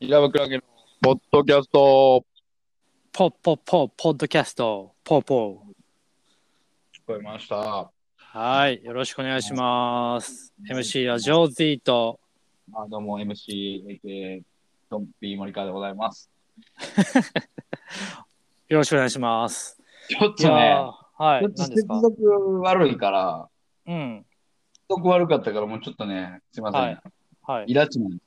平場クラゲのポッドキャストポッポッポッポッドキャストポーポー聞こえました。はいよろしくお願いします。MC はジョーズイートあどうも MC、AK、ドンピー森川でございます。よろしくお願いします。ちょっいとやーね、はちょいっと何接ですか続悪いから、うん接続悪かったからもうちょっとね、すいません。はいはい。イラチマン、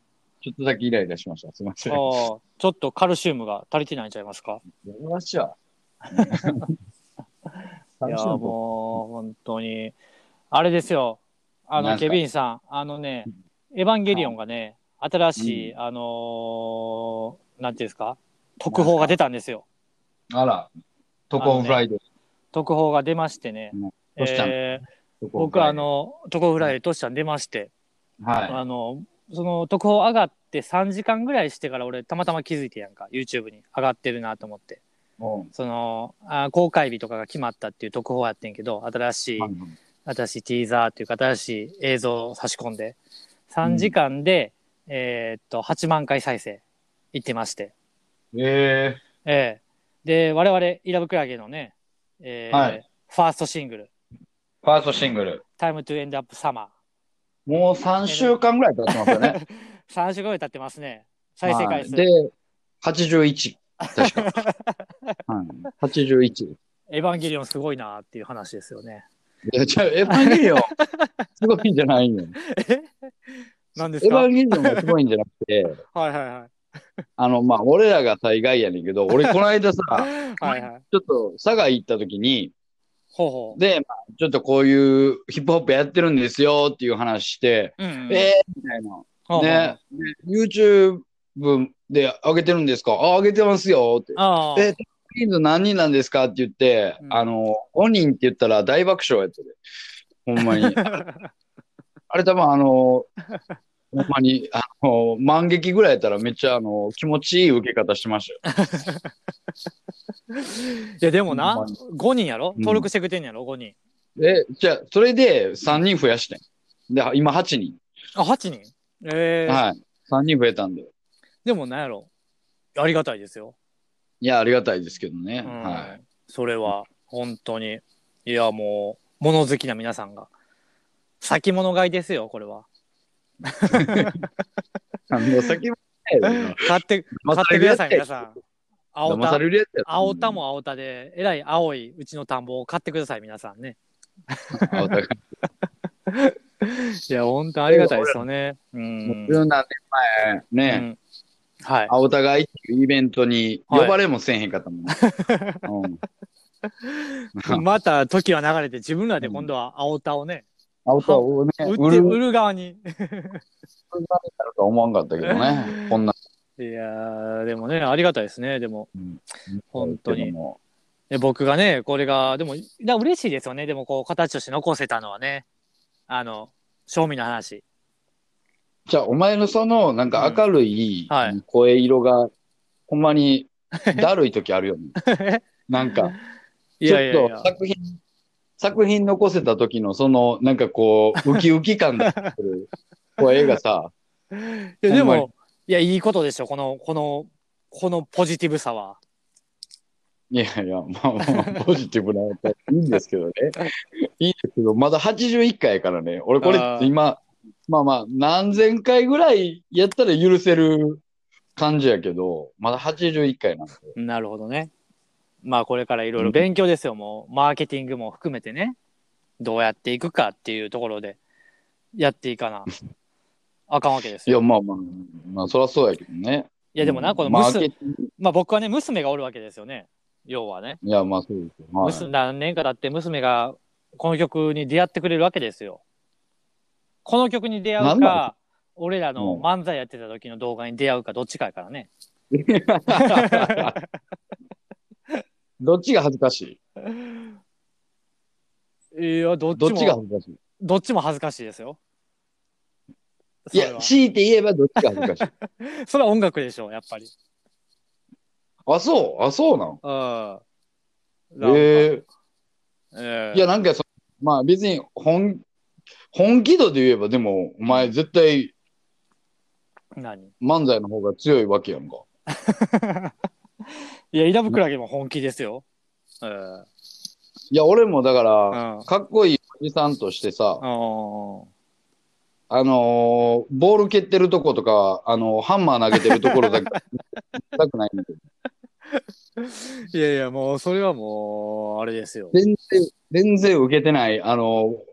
ちょっとだけイライラしました。すいまあせん。ーちょっとカルシウムが足りてないんちゃいますか。やめましょ う。い楽やしーむともう本当にあれですよあなのんすかケビンさんあのね「エヴァンゲリオン」がね新しい、あのーなんていうんですか特報が出たんですよあら、トコンフライデー。特報が出ましてね、うんどうしたんえー、トコンフ僕ラあイデー、の特報フライでトシちゃん出まして、はあのその特報上がって3時間ぐらいしてから俺たまたま気づいてやんか YouTube に上がってるなと思ってい。もそのあ公開日とかが決まったっていう特報やってんけど新しい、うん、新しいティーザーっていうか新しい映像を差し込んで3時間で、えーっと8万回再生いってまして、えええで我々イラブクラゲのね、えーはいファーストシングルー、ファーストシングル。 「Time to End Up Summer もう3週間ぐらい経ってますよね。」 3週間ぐらい経ってますね再生回数、はい、で、81。確 か。はい、81。いエヴァンゲリオンすごいなっていう話ですよね。や、じゃあ、エヴァンゲ リオン、すごいんじゃないんよ。なんですエヴかはァいンゲリオンがすごいんじゃなくて、はいはい。あの、まあ、俺らが大概やねん けど、俺、この間さ、はいはい。ちょっと佐賀行った時に、ほうほで、まあ、ちょっとこういうヒップホップやってるんですよっていう話して、う。うんうん、えーみたいな。ほうほうね。YouTube で上げてるんですかあ、上げてますよって。ああ。え人数何人なんですかって言って、うんあの、5人って言ったら大爆笑やってる。ほんま に。あれ多分あの、ほんまに、あの、万劇ぐらいやったらめっちゃあの、気持ちいい受け方してましたよ。いやでもなほんまに、 5人やろうん登録してくれてんやろ ?5 人。え、じゃあ、それで3人増やしてん。で、今8人。あ、8人ええはい。3人増えたんで。でもなんやろありがたいですよ。いや、ありがたいですけどね。うんはそれは、本当に。いや、もう、物好きな皆さんが。先物買いですよ、これは。い。もう先もね、買って、買ってください、皆さん。 青騙さ田、れるやつやった青田。も青田で、えらい青いうちの田んぼを買ってください、皆さんね。青田がいや、本当ありがたいですよね。うん。十何年前、ね、うん はい。青田がいっていうイベントに呼ばれもせんへんかったもん、 ねうんまた時は流れて、自分らで今度は青田をね、青田をね、売売って、る売売るる側に。になるとは思わんかったけどね、こんな。いやー、でもね、ありがたいですね、でも。本当にけども。で僕がね、これが、でも、だ嬉しいですよね、でも、こう、形として残せたのはね、あの、賞味の話。じゃあ、お前のその、なんか明るいうんはい声色が、ほんま に、だるい時あるよね。なんか、いちやいやょいっやと、作品、作品残せた時の、その、なんかこう、ウキウキ感がす る声がさ、いやでほんまも、いや、いいことでしょ、この、この、このポジティブさは。いやいや、まあま あ、ポジティブなやつはいいんですけどね。いいんですけど、まだ81回やからね。俺、これあー今、まあまあ、何千回ぐらいやったら許せる感じやけど、まだ81回なんで。なるほどね。まあ、これからいろいろ勉強ですよ、もう、マーケティングも含めてね、どうやっていくかっていうところで、やっていか な、あかんわけですいよ。や、まあまあ、まあ、そりゃそうやけどね。いや、でもな、このマーケ娘、ティングまあ、僕はね、娘がおるわけですよね、要はね。いや、まあそうですよ。はい娘何年かだって娘がこの曲に出会ってくれるわけですよ。この曲に出会なんうなか、俺らのうん漫才やってた時の動画に出会うかどっちかやから ね。どっちが恥ずかしいいや、どっどちっちが恥も、ずかしいどっちも恥ずかしいですよ。いそれや、は、強いて言えばどっちが恥ずかしい。それは音楽でしょう、やっぱり。あ、そう、あ、そうなん。うえん。えええいや、なんかそ、まあ別に本、本気度で言えば、でも、お前絶対、何漫才の方が強いわけやんか。いや、イラブクラゲも本気ですよ。うん。いや、俺もだかうら、ん。かっこいいおじさんとしてさ、うんあのーボール蹴ってるとことか、あのーハンマー投げてるところだけ、たくないんだけどいやいや、もう、それはもう、あれです よ。全然、全然受けてない、あのー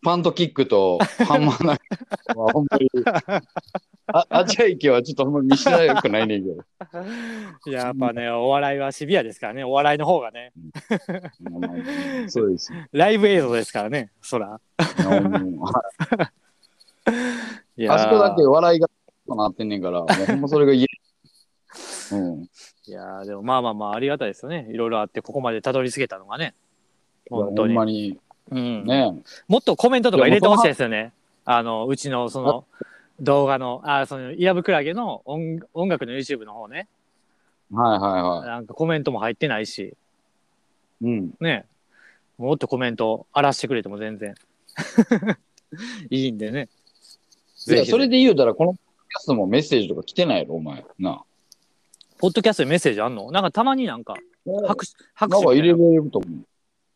パントキックとハンマー投げてるのは、ほんまに、あ、あちゃいけはちょっとほんま見せたくないねん けど。やっぱね、お笑いはシビアですからね、お笑いの方がね、まあまあそうですよ。ライブ映像ですからね、そら。いやもうあいやーあそこだけ笑いがなってんねん から、もうほんまそれが言えない。うん。いやーでもまあまあまあ、ありがたいですよね。いろいろあって、ここまでたどり着けたのがね。本当ほんに。まに、うんね。もっとコメントとか入れてほしいですよね。あの、うちのその動画の、あ、その、イラブクラゲの音音楽の YouTube の方ね。はいはいはなんかコメントも入ってないし、い。うん。ね。もっとコメント荒らしてくれても全然。 いいんでね。いや、ひそれで言うたら、このキャストもメッセージとか来てないやろ、お前。なポッドキャストにメッセージあんのなんかたまになんかあ。拍手、拍なん手かみ入たれいなれのると思う。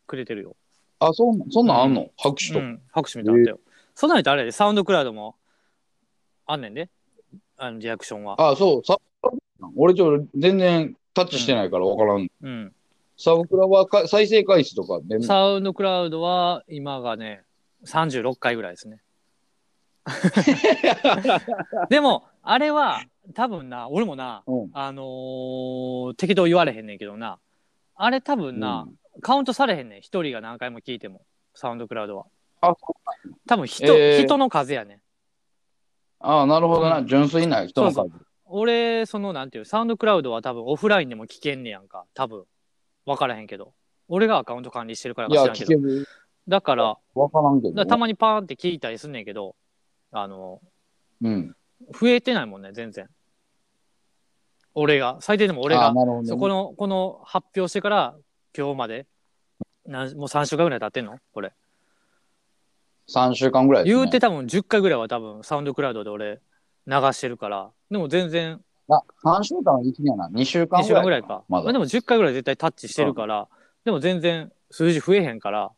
くれてるよ。あ、そんそんなんあんの拍手うとか。ん、拍手みたいなのあったよ。そんなのってあれやで、サウンドクラウドもあんねんで、あのリアクションは。あ、そう。サ俺ちょっと全然タッチしてないから分からん。うん。サブクラはか再生回数とかで、サウンドクラウドは今がね、36回ぐらい ですね。でも、あれは多分な、俺もな、うんあのー適当言われへんねんけどな、あれ多分な、うんカウントされへんねん、一人が何回も聞いても、サウンドクラウドは。あ多分人、えー人の数やねん。あ、なるほどな。うん純粋な人の数。そう俺、その、なんていう、サウンドクラウドは多分オフラインでも聞けんねやんか。多分。わからへんけど。俺がアカウント管理してるからいか知や、らんけ聞けど。る。だから、だか分からんけど。らたまにパーンって聞いたりすんねんけど、あの、うん。増えてないもんね、全然。俺が、最低でも俺あが、なるほどねそこの、この発表してから今日まで、なんもう3週間ぐらい経ってんのこれ。 3週間ぐらいです、ね。言うて多分10回ぐらいは多分サウンドクラウドで俺流してるから、でも全然あ、3週間は一気にやな。2週間2ぐ週らい。間ぐらいか。ままあ、だでも10回ぐらい絶対タッチしてるから、でも全然数字増えへんから、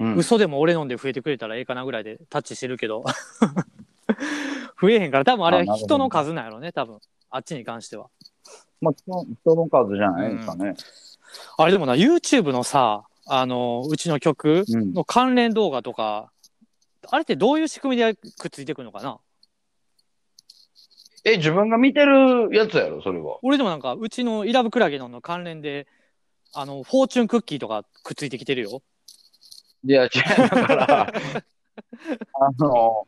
うん嘘でも俺飲んで増えてくれたらええかなぐらいでタッチしてるけど、 増えへんから、多分あれは人の数なんやろね、多分。あっちに関しては。まあ、基本人の数じゃないですかね。あれでもな、YouTube のさ、あの、うちの曲うん。の関連動画とか、あれってどういう仕組みでくっついてくるのかなえ、自分が見てるやつやろ、それは。俺でもなんか、うちのイラブクラゲのの関連で、あの、フォーチュンクッキーとかくっついてきてるよ。いや、違う、だ から、あの、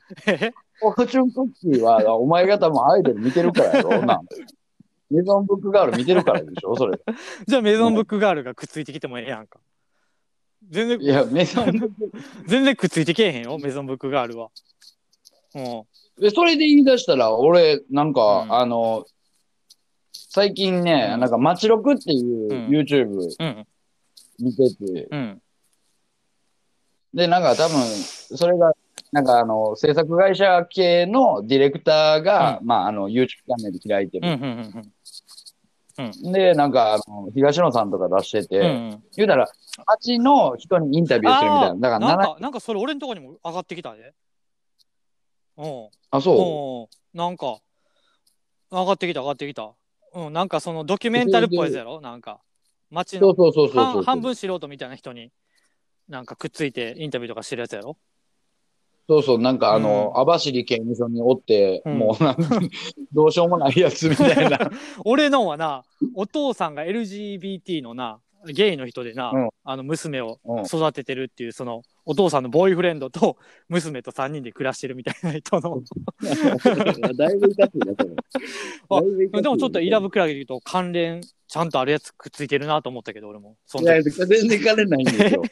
フォーチュンクッキーは、お前が多分アイドル見てるからや ろ、な。メゾンブックガール見てるからでしょ、それ。じゃあメゾンブックガールがくっついてきてもええやんか。全い然、や、メゾンブッ全然くっついてけえへんよ、メゾンブックガールは。もク。えそれで言い出したら、俺、なんか、うんあの、最近ね、うんなんか、街録っていううん YouTube う、うん、見てて、うん、で、なんか多分、それが、なんかあの、制作会社系のディレクターが、まあ、あの、YouTube チャンネル開いてうん、うん、る。うん、で、なんか、あの、東野さんとか出してて、うんうん。言うたら、街の人にインタビューするみたいな。だから、なんななか、なんかそれ俺のとこにも上がってきたで。うん。あ、そうん。なんか、上がってきた、上がってきた。うん、なんかそのドキュメンタルっぽいやつやろなんか、う。街そのうそうそうそうそう。半半分素人みたいな人に、なんかくっついてインタビューとかしてるやつやろそうそう、なんかあの、う網走刑務所におって、うんもうなんか、 どうしようもないやつみたい な。俺のはなお父さんが LGBT のなゲイの人でな、うんあの娘をうん育ててるっていうそのお父さんのボーイフレンドと娘と3人で暮らしてるみたいな人のだいぶいかついな、それ。あだいぶいかついでもちょっとイラブクラゲで言うと関連ちゃんとあるやつくっついてるなと思ったけど俺もそんいなや、全然いかれないんですよ。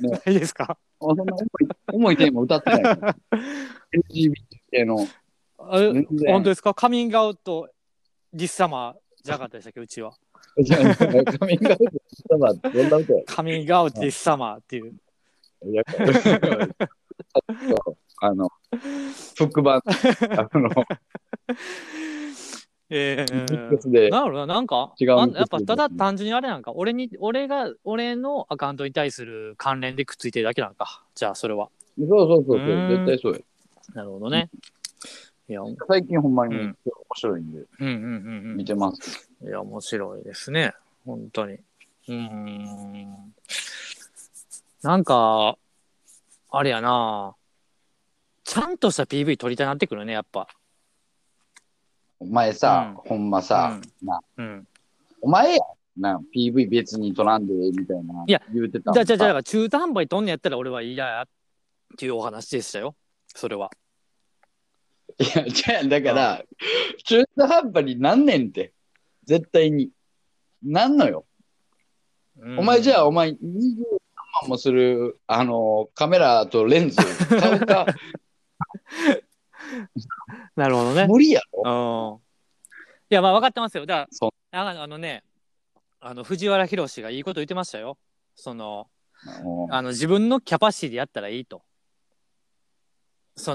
ないですかあそんな重い、重いテーマ歌ってないの。LGBT 系の。あれ全然本当ですかカミングアウトディスサマーじゃなかったでしたっけうちはじゃあ、 カミングアウトしたら、どんな歌やカミングアウトディスサマーっていういやそうあの、復版、あの、ええで、なるほどな、なんか、違うんあですよやっぱただ単純にあれなんか、俺に、俺が、俺のアカウントに対する関連でくっついてるだけなんか、じゃあそれは。そうそうそうそうう、ーん絶対そうや。なるほどね。いや、うん最近ほんまにうん面白いんで、うんうん見てます。うん。いや、面白いですね。本当に。うーん。なんか、あれやなちゃんとした PV 撮りたいなってくるね、やっぱ。前さ、うほんまさ、なうん。お前やんな、PV 別に撮らんでええみたいな、いや言うてただもんじゃあじゃあだから中途半端に撮んねやったら俺は嫌やっていうお話でしたよ。それは。いや、じゃあだから、中途半端になんねんって、絶対に。なんのよ。お前じゃあ、お前、23万もする、あの、カメラとレンズ買うか、なるほ どね。無理やろ。うん。いや、まあ分かってますよ。だから、そなんかあのね、あの藤原宏がいいこと言ってましたよ。その、あの自分のキャパシティでやったらいいと。そ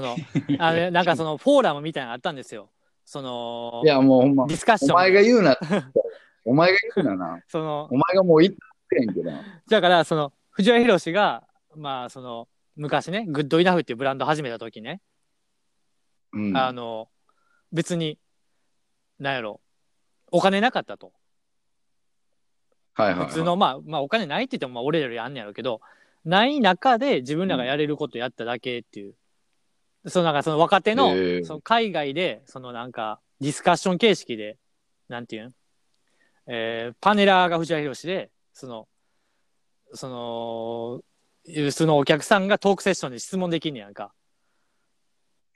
の、あのなんかそのフォーラムみたいなのあったんですよ。そのい、や、もうほんまデ、ィスカッシおョン。前が言うな、お前が言うなな。そのお、前がもう言ってんけど。だからその藤原宏がまあその昔ねグッドイナフっていうブランド始めた時ね、うん。あの別になんやろお金なかったとはいはい、普はい。通の、まあ、まあお金ないって言ってもまあ俺らよりあんねやろうけどない中で自分らがやれることやっただけっていう、そのなんかその若手の,、へえその海外でそのなんかディスカッション形式でなんていうん、えーパネラーが藤原宏でそのその普通のお客さんがトークセッションで質問できんねやんか。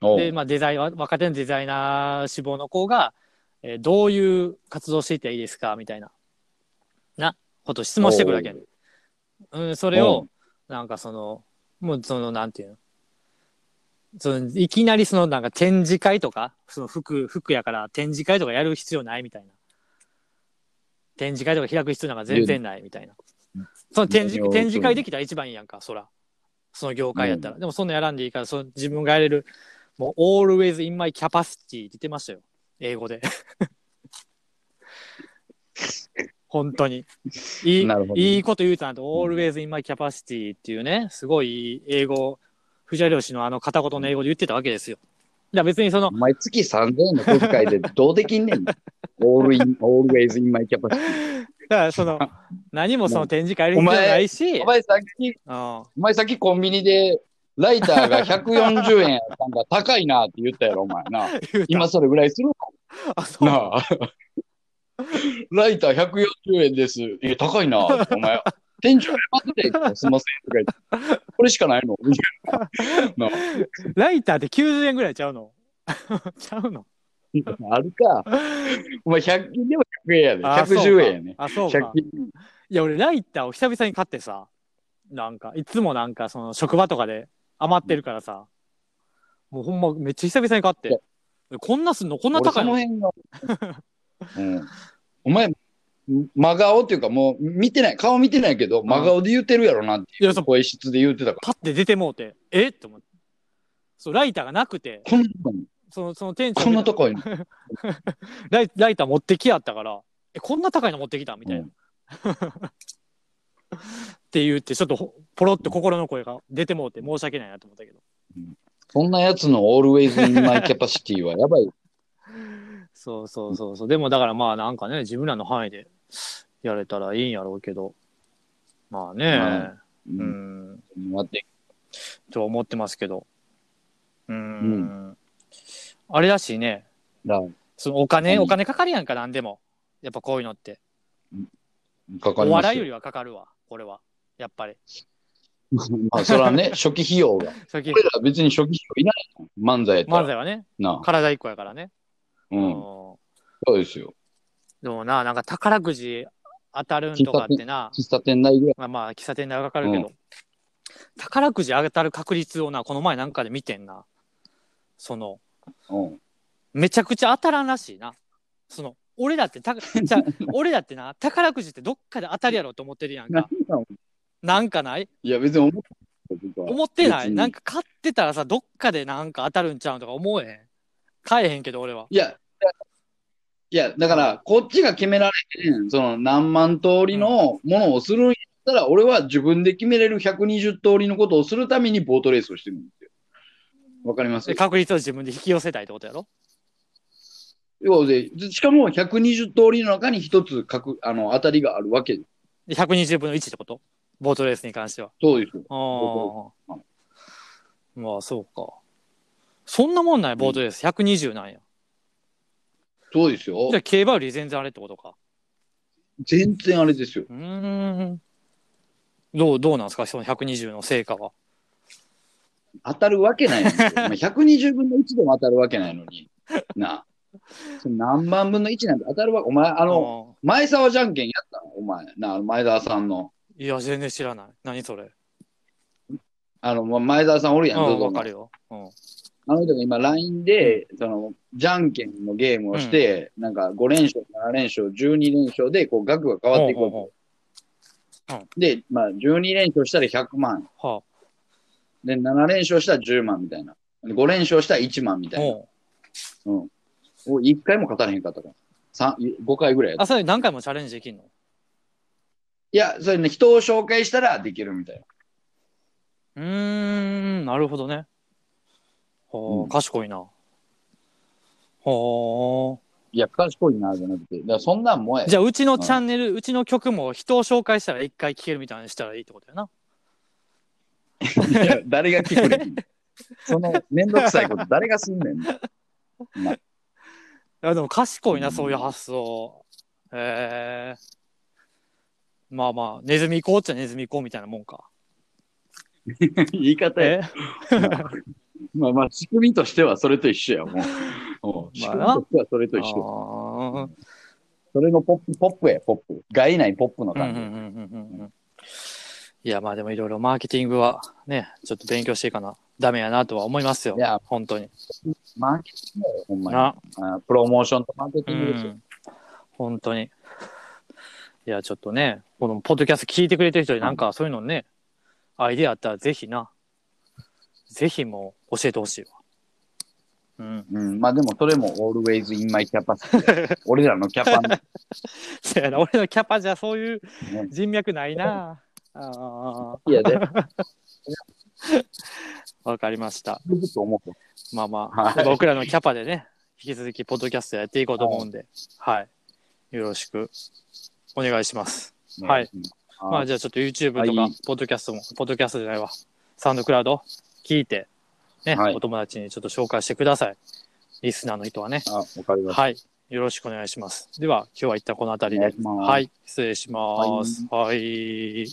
おうで、まあ、デザインは若手のデザイナー志望の子が、えーどういう活動していったらいいですかみたいななことを質問してくるわけやねうん、それを、なんかそのもうそのなんていうのそのいきなりそのなんか展示会とかその服服やから展示会とかやる必要ないみたいな展示会とか開く必要なんか全然ないみたいなその展示展示会できたら一番いいやんかそらその業界やったら、でもそんなやらんでいいからその自分がやれるもう always in my capacity って言ってましたよ英 語で本当にいいなるほどいいこと言うたなと、always in my capacity っていうね、すごい英語、藤原氏のあの片言の英語で言ってたわけですよ。だから別にそ のお、前月3000円の小遣いでどうできんね ん。オールイン、オールウェイズインマイキャパシテだからその、何もその展示会やる必要ないし、ィ。おう前さっき、ん、お前さっきコンビニでライターが140円やったんだ、高いなって言ったやろ、お前 な。言うた今それぐらいするのあそうな あ。ライター140円です。いや、高いな。お前、店長謝ってたよすいません。とか言ってこれしかないの みたいな。なライターって90円ぐらいちゃうの ちゃうのああるか。お前、100均でも100円やで。あ110円やね。あ、そう100か。均。いや、俺ライターを久々に買ってさ、なんか、いつもなんかその職場とかで余ってるからさ、もうほんまめっちゃ久々に買って、こんなすんのこんな俺高そいのの辺が。 うん、お前、真顔っていうか、もう見てない、顔見てないけど、真顔で言ってるやろなっていいやうそう声質で言ってたかパッて出てもうて、えって思って。そう、ライターがなくて、ら、こんなとこに、その、その店長こんなとこに、ライライター持ってきやったから、え、こんな高いの持ってきたみたいな。うって言って、ちょっとほポロッと心の声が出てもうて申し訳ないなと思ったけど。そんなやつの always in my capacity はやばい。そうそうそうそう。でもだからまあなんかね、自分らの範囲でやれたらいいんやろうけど。まあね、う、うんん、待って、と思ってますけど。うん、あれだしね、だそのお金、うんお金かかるやんか、なんでも。やっぱこういうのって。かかおりま笑すいよりよ。はかかるわ、これは。やっぱり。 まあ、それはね、初期費用が。最近俺ら別に初期費用いないじゃん漫才やった漫ら。才はね、なあ体一個やからね。う。うんんそうですよ。でもな、なんか宝くじ当たるんとかってな、喫茶店内ぐらい。まあまあ喫茶店ではかかるけど、う宝くじ当たる確率をな、この前なんかで見てんな。その、 うん。めちゃくちゃ当たらんらしいな。その、俺だってた、じ ゃあ俺だってな、宝くじってどっかで当たるやろと思ってるやんか。何なのなんかないいや、別に思っ僕は思ってな別いになんか買ってたらさ、どっかでなんか当たるんちゃうとか思えへん。買えへんけど俺は。いや、いや、だから、こっちが決められへん、その何万通りのものをするんやったら、俺は自分で決めれる120通りのことをするためにボートレースをしてるんですよ。わかりますで確率を自分で引き寄せたいってことやろ要でしかも120通りの中に一つかくあの当たりがあるわけです。で ?120 分の1ってことボートレースに関しては。そうですよ。うああ。まあそうか。そんなもんない、ボートレース。120なんや。そうですよじゃ。あ競馬より全然あれってことか。全然あれですよ。うーん。どう、どうなんですかその120の成果は。当たるわけないんですよ。まあ120分の1でも当たるわけないのに。なあ。その何万分の1なんて当たるわけ。お前、ああの、前澤じゃんけんやったのお前。なあ、前澤さんの。いや、全然知らない。何それ。あの、ま前澤さんおるうやん、ん、どわうかぞる。よ。うん。あの人が今 LINE で、その、じゃんけんのゲームをして、なんか5連勝、7連勝、12連勝で、こう、額が変わっていくわけほうほで、まあ、12連勝したら100万。うほで、7連勝したら10万みたいな。5連勝したら1万みうたはいあな。俺1回も勝たれへんかったから。三5回ぐらいやったあ、それ何回もチャレンジできんのいや、それね、人を紹介したらできるみたいな。うーん、なるほどね。ほううん賢いな。ほういや、賢いな、じゃなくて。だからそんなんもえ。じゃあ、うちのチャンネル、うちの曲も人を紹介したら一回聴けるみたいにしたらいいってことやな。いや誰が聞くねん。その、めんどくさいこと、誰がすんねん。いやでも賢いうな、んそういう発想。へえ。まあまあ、ネズミ行こうっちゃネズミ行こうみたいなもんか。言い方や。えまあまあ、仕組みとしてはそれと一緒や、もう。もう仕組みとしてはそれと一緒。あーそれのポップ、ポップや、ポップ。害ないポップのうんうん感じ。うんうんうんいや、まあでもいろいろマーケティングはね、ちょっと勉強していかな、ダメやなとは思いますよ。いや本当に。マーケティングや、ほんまに。な、あープロモーションとマーケテうィングですよ。ん。本当に。いや、ちょっとね、このポッドキャスト聞いてくれてる人になんかそういうのね、アイデアあったらぜひな、ぜひもう教えてほしいわ。うん。うん、まあでもそれも always in my capacity。俺らのキャパのそやな、俺のキャパじゃそういうね人脈ないな。あいやで、あ、わかりました。ずっと思う。まあまあ、はい僕らのキャパでね、引き続きポッドキャストやっていこうと思うんで、はい。よろしくお願いします。はいうん。まああーじゃあちょっと YouTube とはかい、ポッドキャストも、ポッドキャストじゃないわ、サウンドクラウド聞いて、ね、はいお友達にちょっと紹介してください。リスナーの人はね。あ、わかりました。はい。よろしくお願いします。では、今日は一旦この辺おり願でいし。ますはい。失礼します。はい